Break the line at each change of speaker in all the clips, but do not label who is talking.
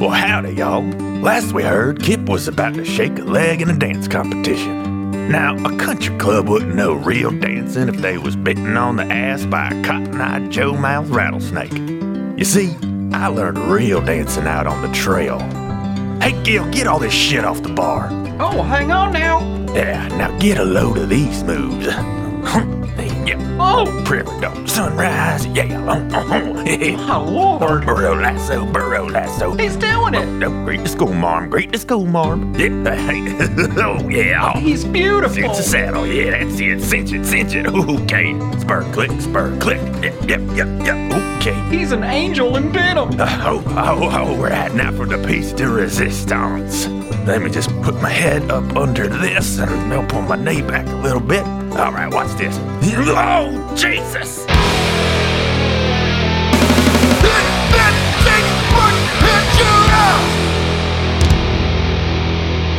Well, howdy, y'all. Last we heard, Kip was about to shake a leg in a dance competition. Now, a country club wouldn't know real dancing if they was bitten on the ass by a cotton-eyed Joe mouth rattlesnake. You see, I learned real dancing out on the trail. Hey, Gil, get all this shit off the bar.
Oh, hang on now.
Yeah, now get a load of these moves. yeah,
Oh,
prairie dog, sunrise, uh, yeah.
my lord.
burro oh, lasso, burro lasso.
He's doing it.
No, greet the school marm, greet the school marm. Yeah, hey, oh yeah.
He's beautiful.
It's a saddle, yeah, that's it. Cinch it, cinch it. Okay, spur click, spur click. Yep, yep, yep, yep. Okay.
He's an angel in denim.
Uh, oh, oh, oh, right now for the piece de resistance. Let me just put my head up under this and I'll pull my knee back a little bit. All right, watch this. Oh, Jesus!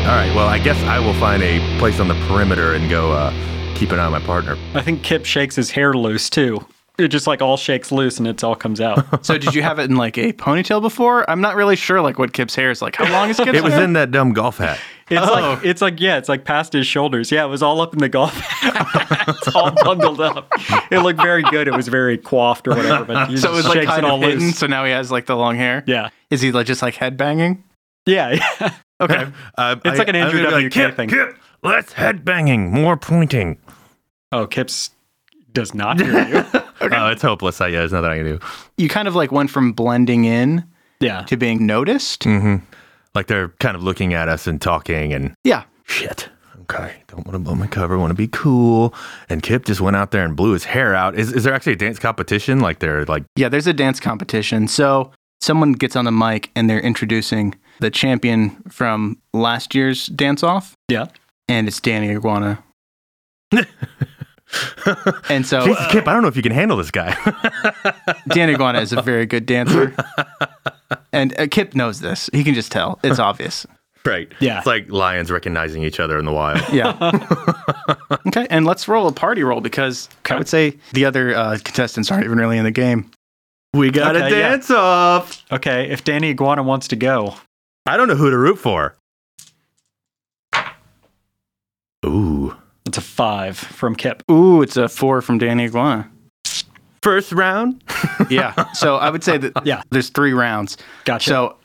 All right. Well, I guess I will find a place on the perimeter and go uh, keep an eye on my partner.
I think Kip shakes his hair loose too. It just like all shakes loose and it's all comes out.
So did you have it in like a ponytail before? I'm not really sure like what Kip's hair is like. How long is Kip's
It was
hair?
in that dumb golf hat.
It's like it's like yeah, it's like past his shoulders. Yeah, it was all up in the golf. hat. it's all bundled up. It looked very good. It was very coiffed or whatever. But he
so it was
just
like
shakes
kind
it all
of hidden.
loose.
So now he has like the long hair.
Yeah,
Is he like just like head banging?
yeah, yeah.
Okay.
Uh,
It's like an
I'm
Andrew
gonna be
WK
Kip,
thing."
Kip, let's headbanging, more pointing.
Oh, Kip's does not hear you.
Oh, it's hopeless. I, yeah, there's nothing I can do.
you kind of like went from blending in
Yeah,
to being noticed.
Like they're kind of looking at us and talking and
Yeah.
shit. Okay, don't want to blow my cover. Want to be cool. And Kip just went out there and blew his hair out. Is, is there actually a dance competition? Like they're like,
Yeah, there's a dance competition. So someone gets on the mic and they're introducing the champion from last year's dance off,
yeah.
and it's Danny Iguana. and so
Jesus, Kip, I don't know if you can handle this guy.
Dan Iguana is a very good dancer. And uh, Kip knows this. He can just tell. It's obvious.
right.
Yeah.
It's like lions recognizing each other in the wild.
Yeah. okay. And let's roll a party roll because I would say the other uh, contestants aren't even really in the game.
we got a
Okay, yeah.
dance off.
Okay, if Danny Iguana wants to go,
I don't know who to root for. Ooh.
it's a five from Kip.
Ooh, it's a four from Danny Iguana.
First round?
Yeah. So I would say that
Yeah.
there's three rounds.
Gotcha.
So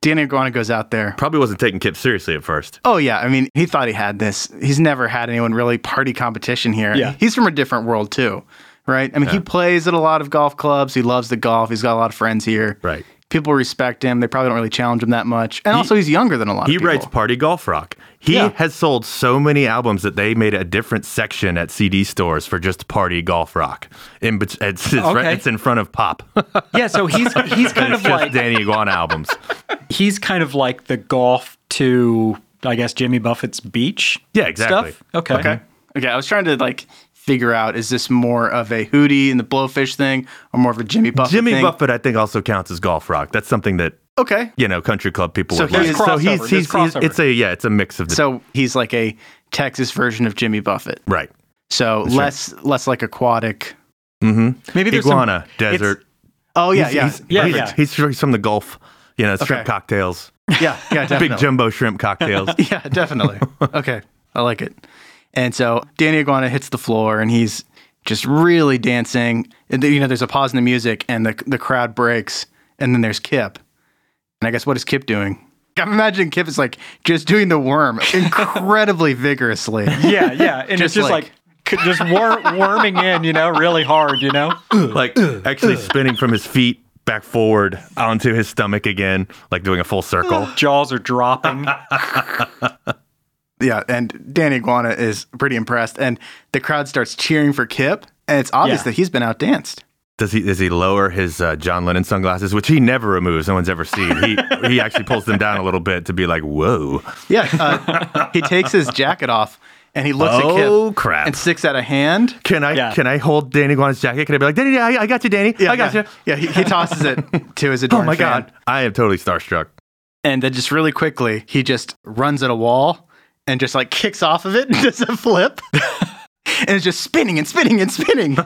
Danny Iguana goes out there.
Probably wasn't taking Kip seriously at first.
Oh, yeah. I mean, he thought he had this. He's never had anyone really party competition here.
Yeah.
He's from a different world, too, right? I mean, he plays at a lot of golf clubs. He loves the golf. He's got a lot of friends here.
Right.
People respect him. They probably don't really challenge him that much. And also, he's younger than a lot
He
of people.
writes party golf rock. He
Yeah.
has sold so many albums that they made a different section at CD stores for just party golf rock. In bet- it's, it's, right,
Okay.
it's in front of pop.
Yeah, so he's he's kind
it's
of
just
like
Danny Iguana albums.
he's kind of like the golf to I guess Jimmy Buffett's beach.
Yeah, exactly.
Stuff? Okay.
Okay. Okay. I was trying to like figure out is this more of a Hootie and the Blowfish thing or more of a Jimmy Buffett
Jimmy
thing?
Buffett, I think, also counts as golf rock. That's something that
Okay.
you know country club people
So
would
there's
like. So
crossover,
he's he's,
there's
he's
crossover.
it's a yeah, it's a mix of the
So he's like a Texas version of Jimmy Buffett.
right.
So less less like aquatic.
Maybe there's some-
Iguana
it's-
desert.
Oh yeah,
Mm-hmm.
yeah,
He's,
Yeah,
he's,
yeah.
he's from- he's from the Gulf. You know, shrimp
Okay.
cocktails,
yeah, yeah, definitely.
big jumbo shrimp cocktails.
Yeah, definitely. okay, I like it. And so Danny Iguana hits the floor, and he's just really dancing. And then, you know, there's a pause in the music, and the the crowd breaks, and then there's Kip. And I guess what is Kip doing? I'm imagining Kip is like just doing the worm incredibly vigorously.
Yeah, yeah. And it's
Just
just
like-
like, c just wor- worming in, you know, really hard, you know?
like actually spinning from his feet back forward onto his stomach again, like doing a full circle.
Jaws are dropping.
Yeah, and Danny Iguana is pretty impressed, and the crowd starts cheering for Kip, and it's obvious
Yeah.
that he's been outdanced.
Does he does he lower his uh, John Lennon sunglasses, which he never removes? No one's ever seen. He he actually pulls them down a little bit to be like, whoa.
Yeah, uh, he takes his jacket off, and he looks at Kip
Oh crap!
and sticks out a hand.
can I
Yeah.
can I hold Danny Guan's jacket? Can I be like, Danny, I, I got you, Danny. I got
yeah.
you.
Yeah, he, he tosses it to his
Oh
adoring
my
fan.
god, I am totally starstruck.
And then just really quickly, he just runs at a wall and just like kicks off of it and does a flip. and it's just spinning and spinning and spinning.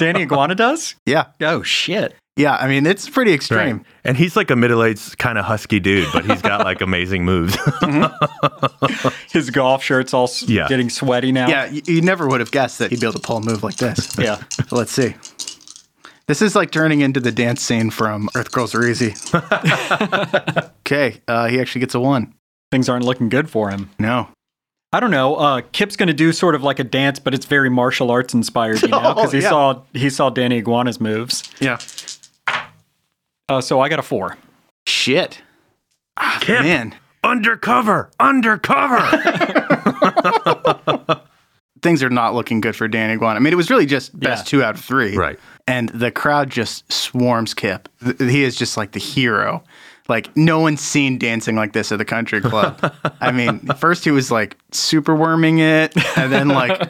Danny Iguana does?
yeah.
Oh, shit.
Yeah, I mean, it's pretty extreme.
Right. And he's like a middle aged kind of husky dude, but he's got like amazing moves.
His golf shirt's all s
Yeah.
getting sweaty now.
Yeah, you, you never would have guessed that he'd be able to pull a move like this.
Yeah.
Let's see. This is like turning into the dance scene from Earth Girls Are Easy. okay, uh, he actually gets a one.
Things aren't looking good for him.
No.
I don't know. Uh, Kip's going to do sort of like a dance, but it's very martial arts inspired, you know, because he
yeah.
saw he saw Danny Iguana's moves.
Yeah.
Uh, so I got a four.
Shit. Ah,
Kip,
Man,
undercover, undercover.
things are not looking good for Dan Iguana. I mean, it was really just best
Yeah.
two out of three.
Right.
And the crowd just swarms Kip. Th- He is just like the hero. Like, no one's seen dancing like this at the country club. I mean, first he was like super worming it, and then like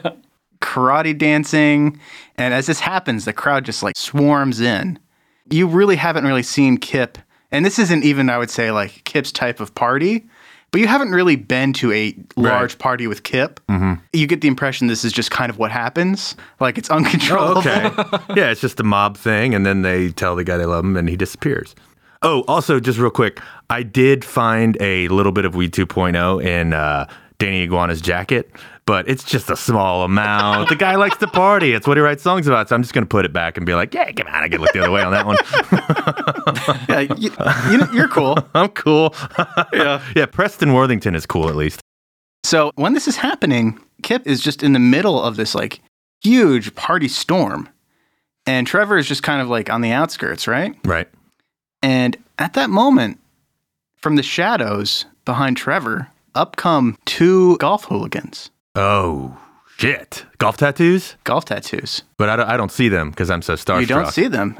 karate dancing. And as this happens, the crowd just like swarms in. You really haven't really seen Kip. And this isn't even, I would say, like Kip's type of party, but you haven't really been to a large party with Kip. You get the impression this is just kind of what happens. Like it's uncontrollable.
Oh, okay. Yeah, it's just a mob thing. And then they tell the guy they love him and he disappears. Oh, also, just real quick, I did find a little bit of Weed 2.0 in uh, Danny Iguana's jacket, but it's just a small amount. the guy likes to party. It's what he writes songs about. So I'm just going to put it back and be like, yeah, come on. I can look the other way on that one.
Yeah, you, you know, you're cool.
I'm cool. yeah. Yeah. Preston Worthington is cool, at least.
So when this is happening, Kip is just in the middle of this like huge party storm. And Trevor is just kind of like on the outskirts, right?
Right.
And at that moment, from the shadows behind Trevor, up come two golf hooligans,
Oh, shit. Golf tattoos?
golf tattoos.
But I don't, I don't see them because I'm so starstruck.
You don't see them.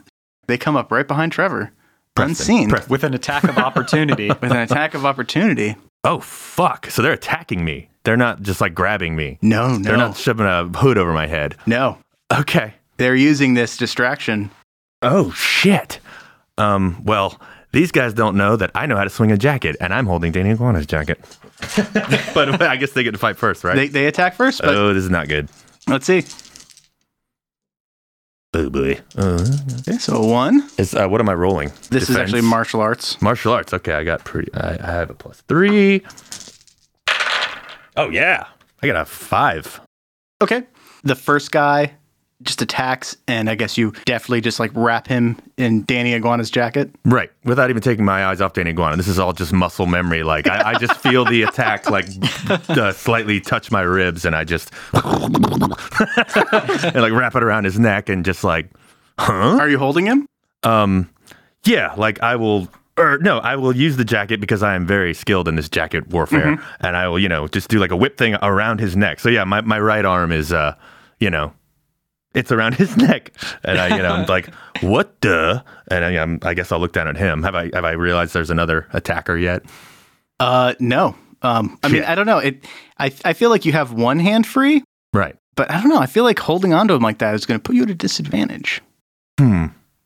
They come up right behind Trevor, unseen,
Preston.
with an attack of opportunity.
with an attack of opportunity.
Oh, fuck. So they're attacking me. They're not just like grabbing me.
No,
They're
no,
not shoving a hood over my head.
no.
Okay.
They're using this distraction.
Oh, shit. Um, well, these guys don't know that I know how to swing a jacket, and I'm holding Danny Iguana's jacket. but I guess they get to fight first, right?
They, they attack first, but
oh, this is not good.
let's see.
Oh, boy. Uh,
Okay, so one.
it's, uh, what am I rolling?
This is actually
Defense?
martial arts.
Martial arts. Okay, I got pretty. I, I have a plus three. Oh yeah, I got a five.
Okay. The first guy just attacks, and I guess you definitely just like wrap him in Danny Iguana's jacket.
Right, without even taking my eyes off Danny Iguana. This is all just muscle memory. Like I, I just feel the attack, like uh, slightly touch my ribs, and I just and like wrap it around his neck, and just like, huh?
Are you holding him?
Um, yeah, like I will. Or no, I will use the jacket because I am very skilled in this jacket warfare,
Mm-hmm.
and I will, you know, just do like a whip thing around his neck. So yeah, my, my right arm is, uh, you know, it's around his neck, and I, you know, I'm like, what the? And I, I'm, I guess I'll look down at him. Have I have I realized there's another attacker yet?
Uh, no. Um, I mean,
Shit.
I don't know. It. I I feel like you have one hand free,
Right.
but I don't know. I feel like holding onto him like that is going to put you at a disadvantage.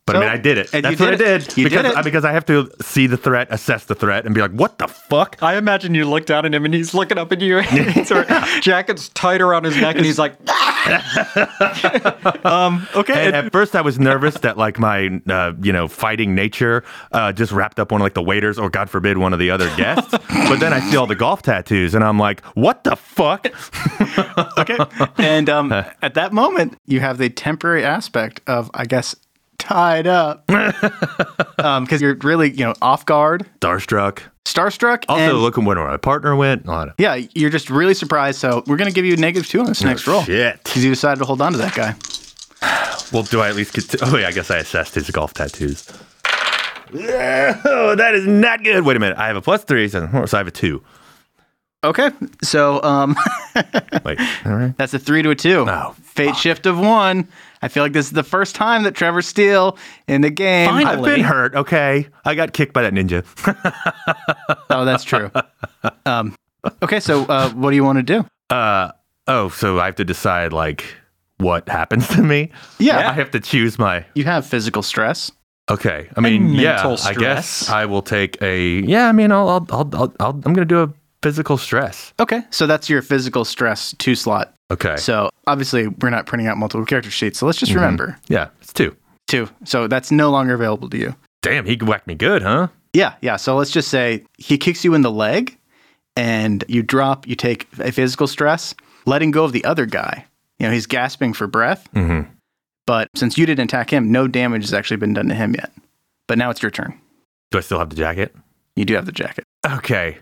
But I
So-
mean, I did it.
and
That's
you
what
did
I
it.
did.
You did
because
it.
I, because I have to see the threat, assess the threat, and be like, what the fuck?
I imagine you look down at him and he's looking up at you. And his jacket's tight around his neck and he's like,
And at first, I was nervous that like my uh, you know fighting nature uh, just wrapped up one of like the waiters or God forbid one of the other guests. but then I see all the golf tattoos and I'm like, what the fuck?
Okay. and um, at that moment, you have the temporary aspect of, I guess, tied up, because you're really, you know, off guard,
Starstruck.
starstruck.
Also,
and-
looking where my partner went. Oh, A lot of
Yeah, you're just really surprised. So we're gonna give you a negative two on this next roll
Oh, shit.
because you decided to hold on to that guy.
Well, do I at least get? To, oh, yeah, I guess I assessed his golf tattoos. Oh, that is not good. Wait a minute. I have a plus three, so oh, so I have a two.
Okay, so um,
Wait, all right.
that's a three to a two.
Oh,
Fate shift of one. I feel like this is the first time that Trevor Steele in the game.
Fine.
I've been hurt. Okay, I got kicked by that ninja.
Oh, that's true. Um, okay, so uh, what do you want to do?
Uh oh, so I have to decide like what happens to me.
Yeah.
I have to choose my.
You have physical stress.
Okay, I mean, yeah,
mental
I guess
stress.
I will take a. Yeah, I mean, I'll, I'll, I'll, I'll, I'll I'm gonna do a physical stress.
Okay, so that's your physical stress two slot.
Okay. Mm-hmm.
So obviously we're not printing out multiple character sheets. So let's just remember
yeah, it's two.
Two. So that's no longer available to you.
Damn, he whacked me good, huh?
Yeah, yeah. So let's just say he kicks you in the leg and you drop, you take a physical stress, letting go of the other guy. You know, he's gasping for breath.
Mhm.
But since you didn't attack him, no damage has actually been done to him yet. But now it's your turn.
Do I still have the jacket?
You do have the jacket.
Okay.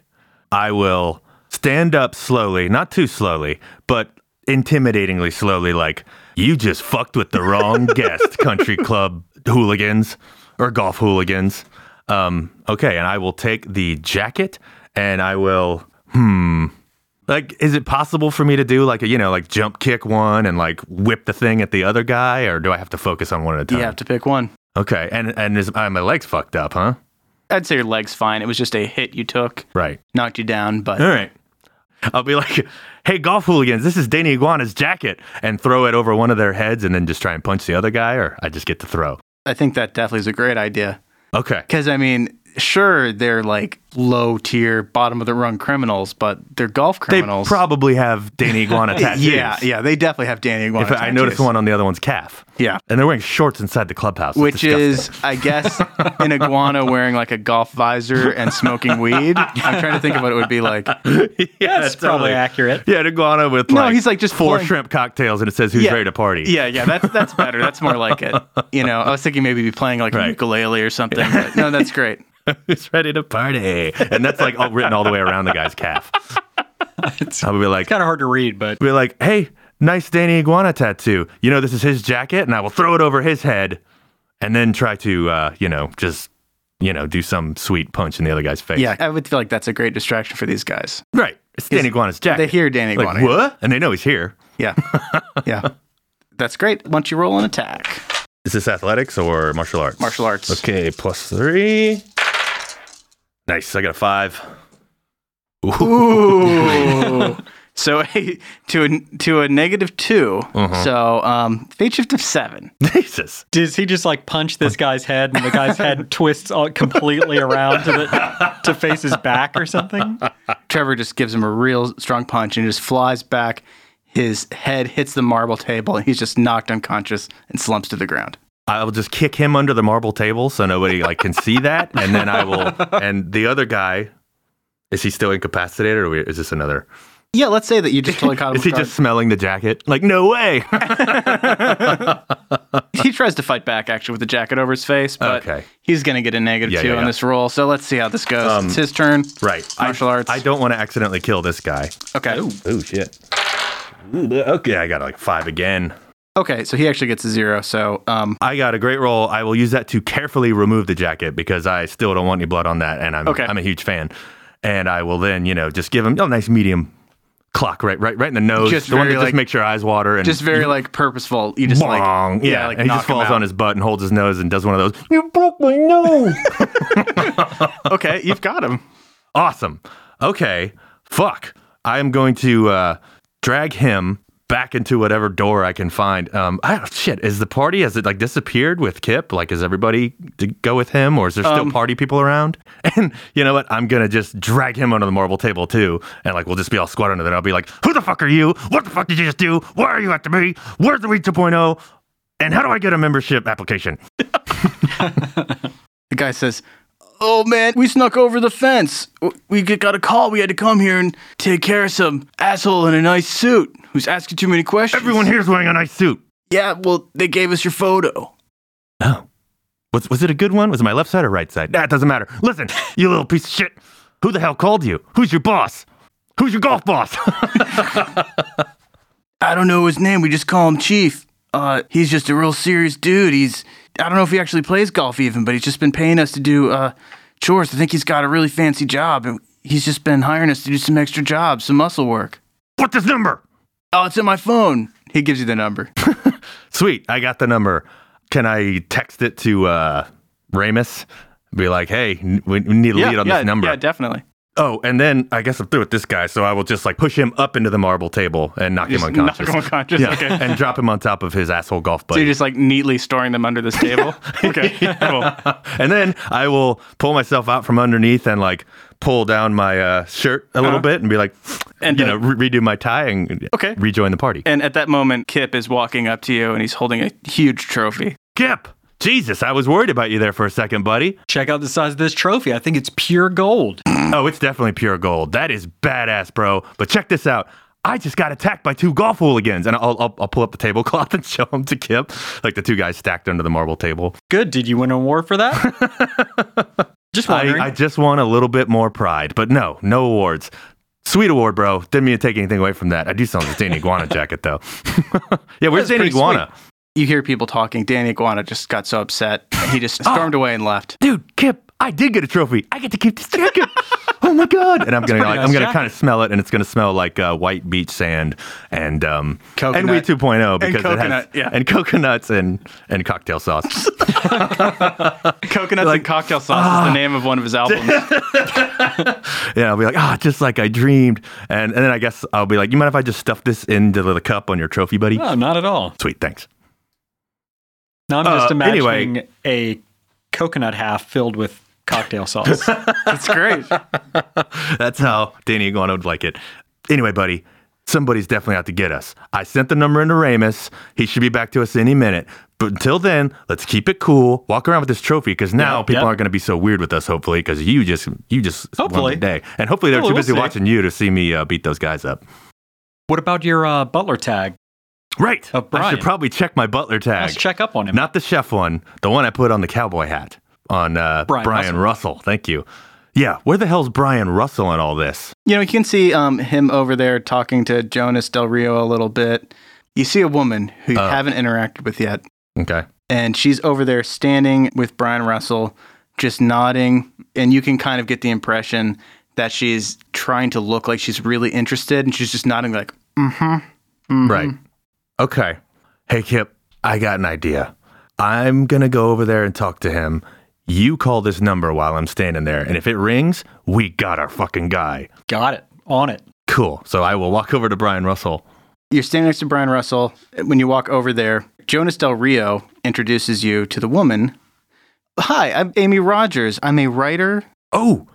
I will stand up slowly, not too slowly, but intimidatingly slowly, like, you just fucked with the wrong guest, country club hooligans or golf hooligans. Um, okay. And I will take the jacket and I will, hmm. Like, is it possible for me to do like a, you know, like jump kick one and like whip the thing at the other guy, or do I have to focus on one at a time?
You have to pick one.
Okay. And and is, uh, my legs fucked up, huh?
I'd say your leg's fine. It was just a hit you took,
Right.
knocked you down,
All
but
right. I'll be like, hey, golf hooligans, this is Danny Iguana's jacket, and throw it over one of their heads and then just try and punch the other guy, or I just get to throw.
I think that definitely is a great idea.
Okay.
Because, I mean, sure, they're like low tier, bottom of the rung criminals, but they're golf
They
criminals.
probably have Danny Iguana tattoos.
yeah, yeah, they definitely have Danny Iguana.
If I, I noticed
tattoos.
one on the other one's calf.
Yeah.
And they're wearing shorts inside the clubhouse. It's
which is I guess an iguana wearing like a golf visor and smoking weed. I'm trying to think of what it would be like.
disgusting. yeah,
That's probably accurate.
Yeah, an iguana with
No,
like
he's like just
four
playing-
shrimp cocktails and it says who's
Yeah.
ready to party.
Yeah, yeah, that's that's better. That's more like it. You know, I was thinking maybe be playing like
Right.
a ukulele or something. But no, that's great.
who's ready to party. And that's like all written all the way around the guy's calf. I'll be like,
Kind of hard to read, but
be like, hey, nice Danny Iguana tattoo. You know, this is his jacket, and I will throw it over his head and then try to, uh, you know, just, you know, do some sweet punch in the other guy's face.
Yeah, I would feel like that's a great distraction for these guys.
Right. It's Danny Iguana's jacket.
They hear Danny
like,
Iguana.
what? And they know he's here.
Yeah, yeah, that's great. Once you roll an attack,
Is this athletics or martial arts?
martial arts.
Okay, plus three. Nice. I got a five.
Ooh. So a, to a to a negative 2 So um, fate shift of seven.
Jesus.
does he just like punch this guy's head and the guy's head twists all completely around to, the, to face his back or something?
Trevor just gives him a real strong punch and just flies back. His head hits the marble table and he's just knocked unconscious and slumps to the ground.
I will just kick him under the marble table so nobody like can see that, and then I will. And the other guy, is he still incapacitated, or we- is this another?
Yeah, let's say that you just totally caught him.
Is he
off
just smelling the jacket? Like no way.
guard. he tries to fight back actually with the jacket over his face, but
Okay.
he's going to get a negative
Yeah,
two
yeah,
on
yeah. Um,
this roll. So let's see how this goes. it's his turn.
right.
Martial
I,
arts.
I don't want to accidentally kill this guy.
Okay.
Oh shit. Ooh, the- Uh, Okay, I got like five again.
Okay. So he actually gets a zero. So um,
I got a great roll. I will use that to carefully remove the jacket because I still don't want any blood on that, and I'm
Okay.
I'm a huge fan. And I will then, you know, just give him a nice medium clock right, right, right in the nose.
Just
the one that
very,
just
like-
makes your eyes water and
just very like purposeful. You just like
Bong. yeah,
like
and he just
knock him
falls
out.
on his butt and holds his nose and does one of those.
okay, you've got him.
Awesome. Okay. Fuck. I am going to uh, drag him back into whatever door I can find. Um, I don't, shit. Is the party has it like disappeared with Kip? Like, is everybody to go with him, or is there still party people around? And you know what? I'm gonna just drag him under the marble table too, and like we'll just be all squat under there. I'll be like, "Who the fuck are you? What the fuck did you just do? Why are you after me? Where's the week 2.0? oh? And how do I get a membership application?"
The guy says, Oh man, we snuck over the fence. W- We g- got a call. We had to come here and take care of some asshole in a nice suit who's asking too many questions.
Everyone here's wearing a nice suit.
Yeah, well, they gave us your photo.
Oh. Was, was it a good one? Was it my left side or right side? That doesn't matter. Listen, you little piece of shit. Who the hell called you? Who's your boss? Who's your golf boss?
I don't know his name. We just call him Chief. Uh, he's just a real serious dude. He's, I don't know if he actually plays golf even, but he's just been paying us to do uh, chores. I think he's got a really fancy job. And he's just been hiring us to do some extra jobs, some muscle work.
What's his number?
Oh, it's in my phone. He gives you the number.
Sweet, I got the number. Can I text it to uh, Ramus? Be like, hey, n- we we need a lead on this number.
definitely.
oh, and then I guess I'm through with this guy, so I will just like push him up into the marble table and knock him unconscious.
unconscious.
yeah, and drop him on top of his asshole golf buddy.
So you're just like neatly storing them under this table. okay. Cool.
and then I will pull myself out from underneath and like pull down my uh, shirt a little bit and be like, and
Uh-huh. And
you
the-
know, re- redo my tie and
Okay.
rejoin the party.
And at that moment, Kip is walking up to you and he's holding a huge trophy.
Kip, Jesus, I was worried about you there for a second, buddy.
Check out the size of this trophy. I think it's pure gold.
Oh, it's definitely pure gold. That is badass, bro. But check this out. I just got attacked by two golf hooligans, and I'll, I'll, I'll pull up the tablecloth and show them to Kip, like the two guys stacked under the marble table.
Good. Did you win an award for that? Just wondering.
I, I just want a little bit more pride, but no, no awards. Sweet award, bro. Didn't mean to take anything away from that. I do sound like Danny Iguana jacket, though. yeah, where's
That's
Danny
pretty sweet.
Iguana?
You hear people talking. Danny Iguana just got so upset. He just stormed away and left.
Dude, Kip, I did get a trophy. I get to keep this jacket. oh my god! And I'm gonna, like,
nice
I'm gonna
jacket.
kind of smell it, and it's gonna smell like uh, white beach sand and um, and
Coconut.
weed 2.0 because
coconut,
it
yeah.
has and coconuts and and cocktail sauce.
Coconuts and cocktail sauce is the name of one of his albums.
Yeah, I'll be like, ah, just like I dreamed. And and then I guess I'll be like, you mind if I just stuff this into the cup on your trophy, buddy?
no, not at all.
Sweet, thanks.
Now I'm
Uh,
just
anyway.
imagining a coconut half filled with cocktail sauce.
That's great.
That's how Danny Iguana would like it. Anyway, buddy, somebody's definitely out to get us. I sent the number into Ramus. He should be back to us any minute. But until then, let's keep it cool. Walk around with this trophy because now people
yep.
aren't going to be so weird with us. Hopefully, because you just you just won
Hopefully.
the day, and hopefully they're
Hopefully,
too
we'll
busy
see.
watching you to see me uh, beat those guys up.
what about your uh, butler tag?
Right.
Uh,
I
Brian.
should probably check my butler tag.
Let's check up on him.
Not the chef one, the one I put on the cowboy hat on uh,
Brian
Brian, Russell. Thank you. Yeah, where the hell's Brian Russell in all this?
You know, you can see um, him over there talking to Jonas Del Rio a little bit. You see a woman who you haven't interacted with yet,
Okay.
and she's over there standing with Brian Russell, just nodding, and you can kind of get the impression that she's trying to look like she's really interested, and she's just nodding like,
Right. Okay. Hey, Kip, I got an idea. I'm going to go over there and talk to him. You call this number while I'm standing there. And if it rings, we got our fucking guy.
Got it. On it.
Cool. So I will walk over to Brian Russell.
You're standing next to Brian Russell. When you walk over there, Jonas Del Rio introduces you to the woman. Hi, I'm Amy Rogers. I'm a writer.
Oh,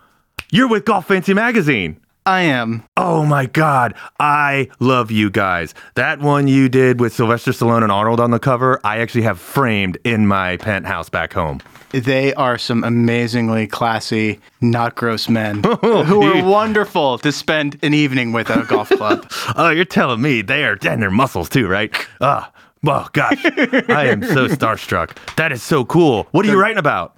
you're with Golf Fancy Magazine.
I am.
Oh my God. I love you guys. That one you did with Sylvester Stallone and Arnold on the cover, I actually have framed in my penthouse back home.
They are some amazingly classy, not gross men who are wonderful to spend an evening with at a golf club.
Oh, you're telling me they are and their muscles too, right? Ah, oh gosh, I am so starstruck. That is so cool. What are you writing about?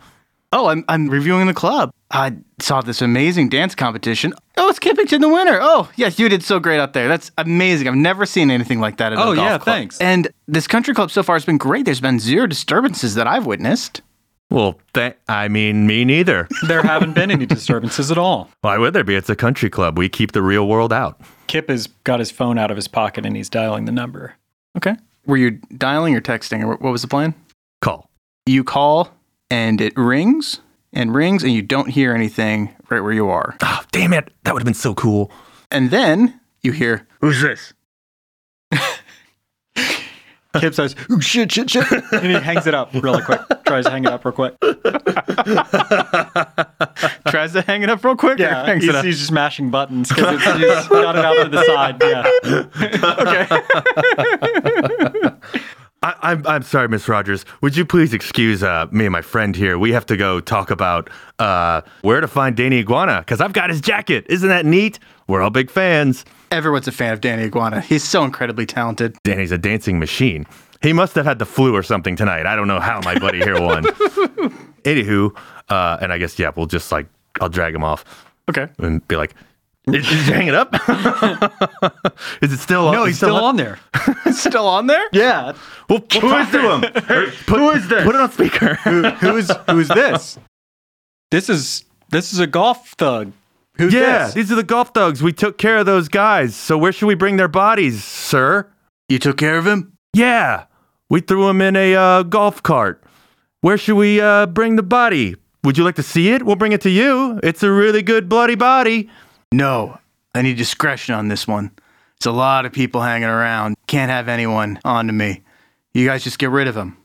Oh, I'm, I'm reviewing the club. I saw this amazing dance competition. Oh, it's Kippington, the winner. Oh, yes, you did so great out there. That's amazing. I've never seen anything like that at
Oh,
a golf
yeah,
club.
thanks.
And this country club so far has been great. There's been zero disturbances that I've witnessed.
Well, th- I mean, me neither.
There haven't been any disturbances at all.
Why would there be? It's a country club. We keep the real world out.
Kip has got his phone out of his pocket and he's dialing the number.
Okay. Were you dialing or texting, or wh- what was the plan?
Call.
You call, and it rings and rings, and you don't hear anything right where you are.
Oh, damn it. That would have been so cool.
And then you hear,
Who's this? Kip says, "Ooh, shit, shit, shit," and he hangs it up really quick. Tries to hang it up real quick.
tries to hang it up real quick. or
Yeah,
hangs
he's,
it up.
he's just mashing buttons because it's just got it out to the side. Yeah,
I, I'm, I'm sorry, Miss Rogers. Would you please excuse uh, me and my friend here? We have to go talk about uh, where to find Danny Iguana because I've got his jacket. Isn't that neat? We're all big fans.
Everyone's a fan of Danny Iguana. He's so incredibly talented.
Danny's a dancing machine. He must have had the flu or something tonight. I don't know how my buddy here won. Anywho, uh, and I guess yeah, we'll just like I'll drag him off
Okay.
and be like, "Did did you hang it up? Is it still?
no,
is it
he's still on there.
It's still on there?
Yeah,
We'll, we'll talk to him. Put-
Who is this?
Put it on speaker.
who's who's this? This is this is a golf thug. Who's
yeah,
this?
these are the golf thugs. We took care of those guys. So where should we bring their bodies, sir?
You took care of him?
Yeah, we threw him in a uh, golf cart. Where should we uh, bring the body? Would you like to see it? We'll bring it to you. It's a really good bloody body.
No. I need discretion on this one. It's a lot of people hanging around. Can't have anyone on to me. You guys just get rid of him.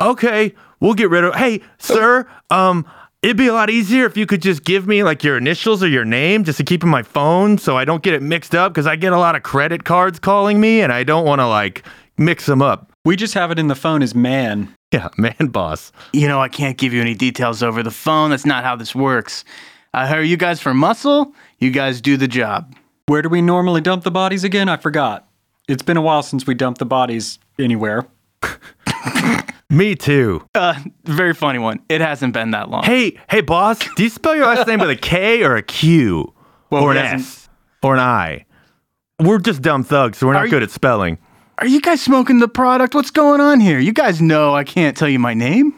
Okay, we'll get rid of. Hey, sir, um, it'd be a lot easier if you could just give me like your initials or your name just to keep in my phone so I don't get it mixed up because I get a lot of credit cards calling me and I don't want to like mix them up.
We just have it in the phone as man.
Yeah, man boss.
You know, I can't give you any details over the phone. That's not how this works. I hire you guys for muscle. You guys do the job.
Where do we normally dump the bodies again? I forgot. It's been a while since we dumped the bodies anywhere.
Me too.
Uh, Very funny one. It hasn't been that long.
Hey, hey, boss, do you spell your last name with a K or a Q?
Well,
or an
it hasn't-
S? Or an I? We're just dumb thugs, so we're not
you-
good at spelling.
Are you guys smoking the product? What's going on here? You guys know I can't tell you my name.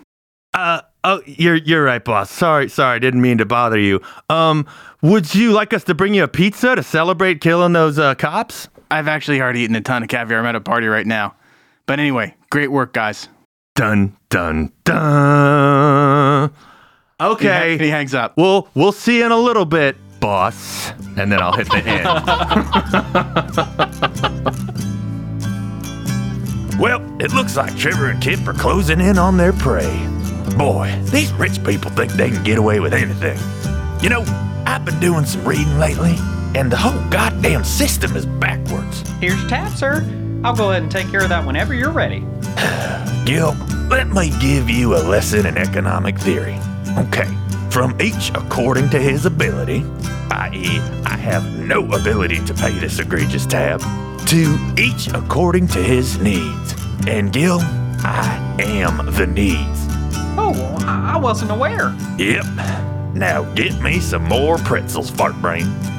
Uh, oh, you're you're right, boss. Sorry, sorry, didn't mean to bother you. Um, would you like us to bring you a pizza to celebrate killing those uh, cops?
I've actually already eaten a ton of caviar. I'm at a party right now. But anyway, great work, guys.
Dun dun dun.
He ha-
Okay,
He hangs up.
we'll we'll see you in a little bit, boss. And then I'll hit the end.
Well, it looks like Trevor and Kip are closing in on their prey. Boy, these rich people think they can get away with anything. You know, I've been doing some reading lately, and the whole goddamn system is backwards.
Here's your tab, sir. I'll go ahead and take care of that whenever you're ready.
Gil, let me give you a lesson in economic theory. Okay, from each according to his ability, i.e., I have no ability to pay this egregious tab, to each according to his needs. And Gil, I am the needs.
Oh, well, I I wasn't aware.
Yep. Now get me some more pretzels, fart brain.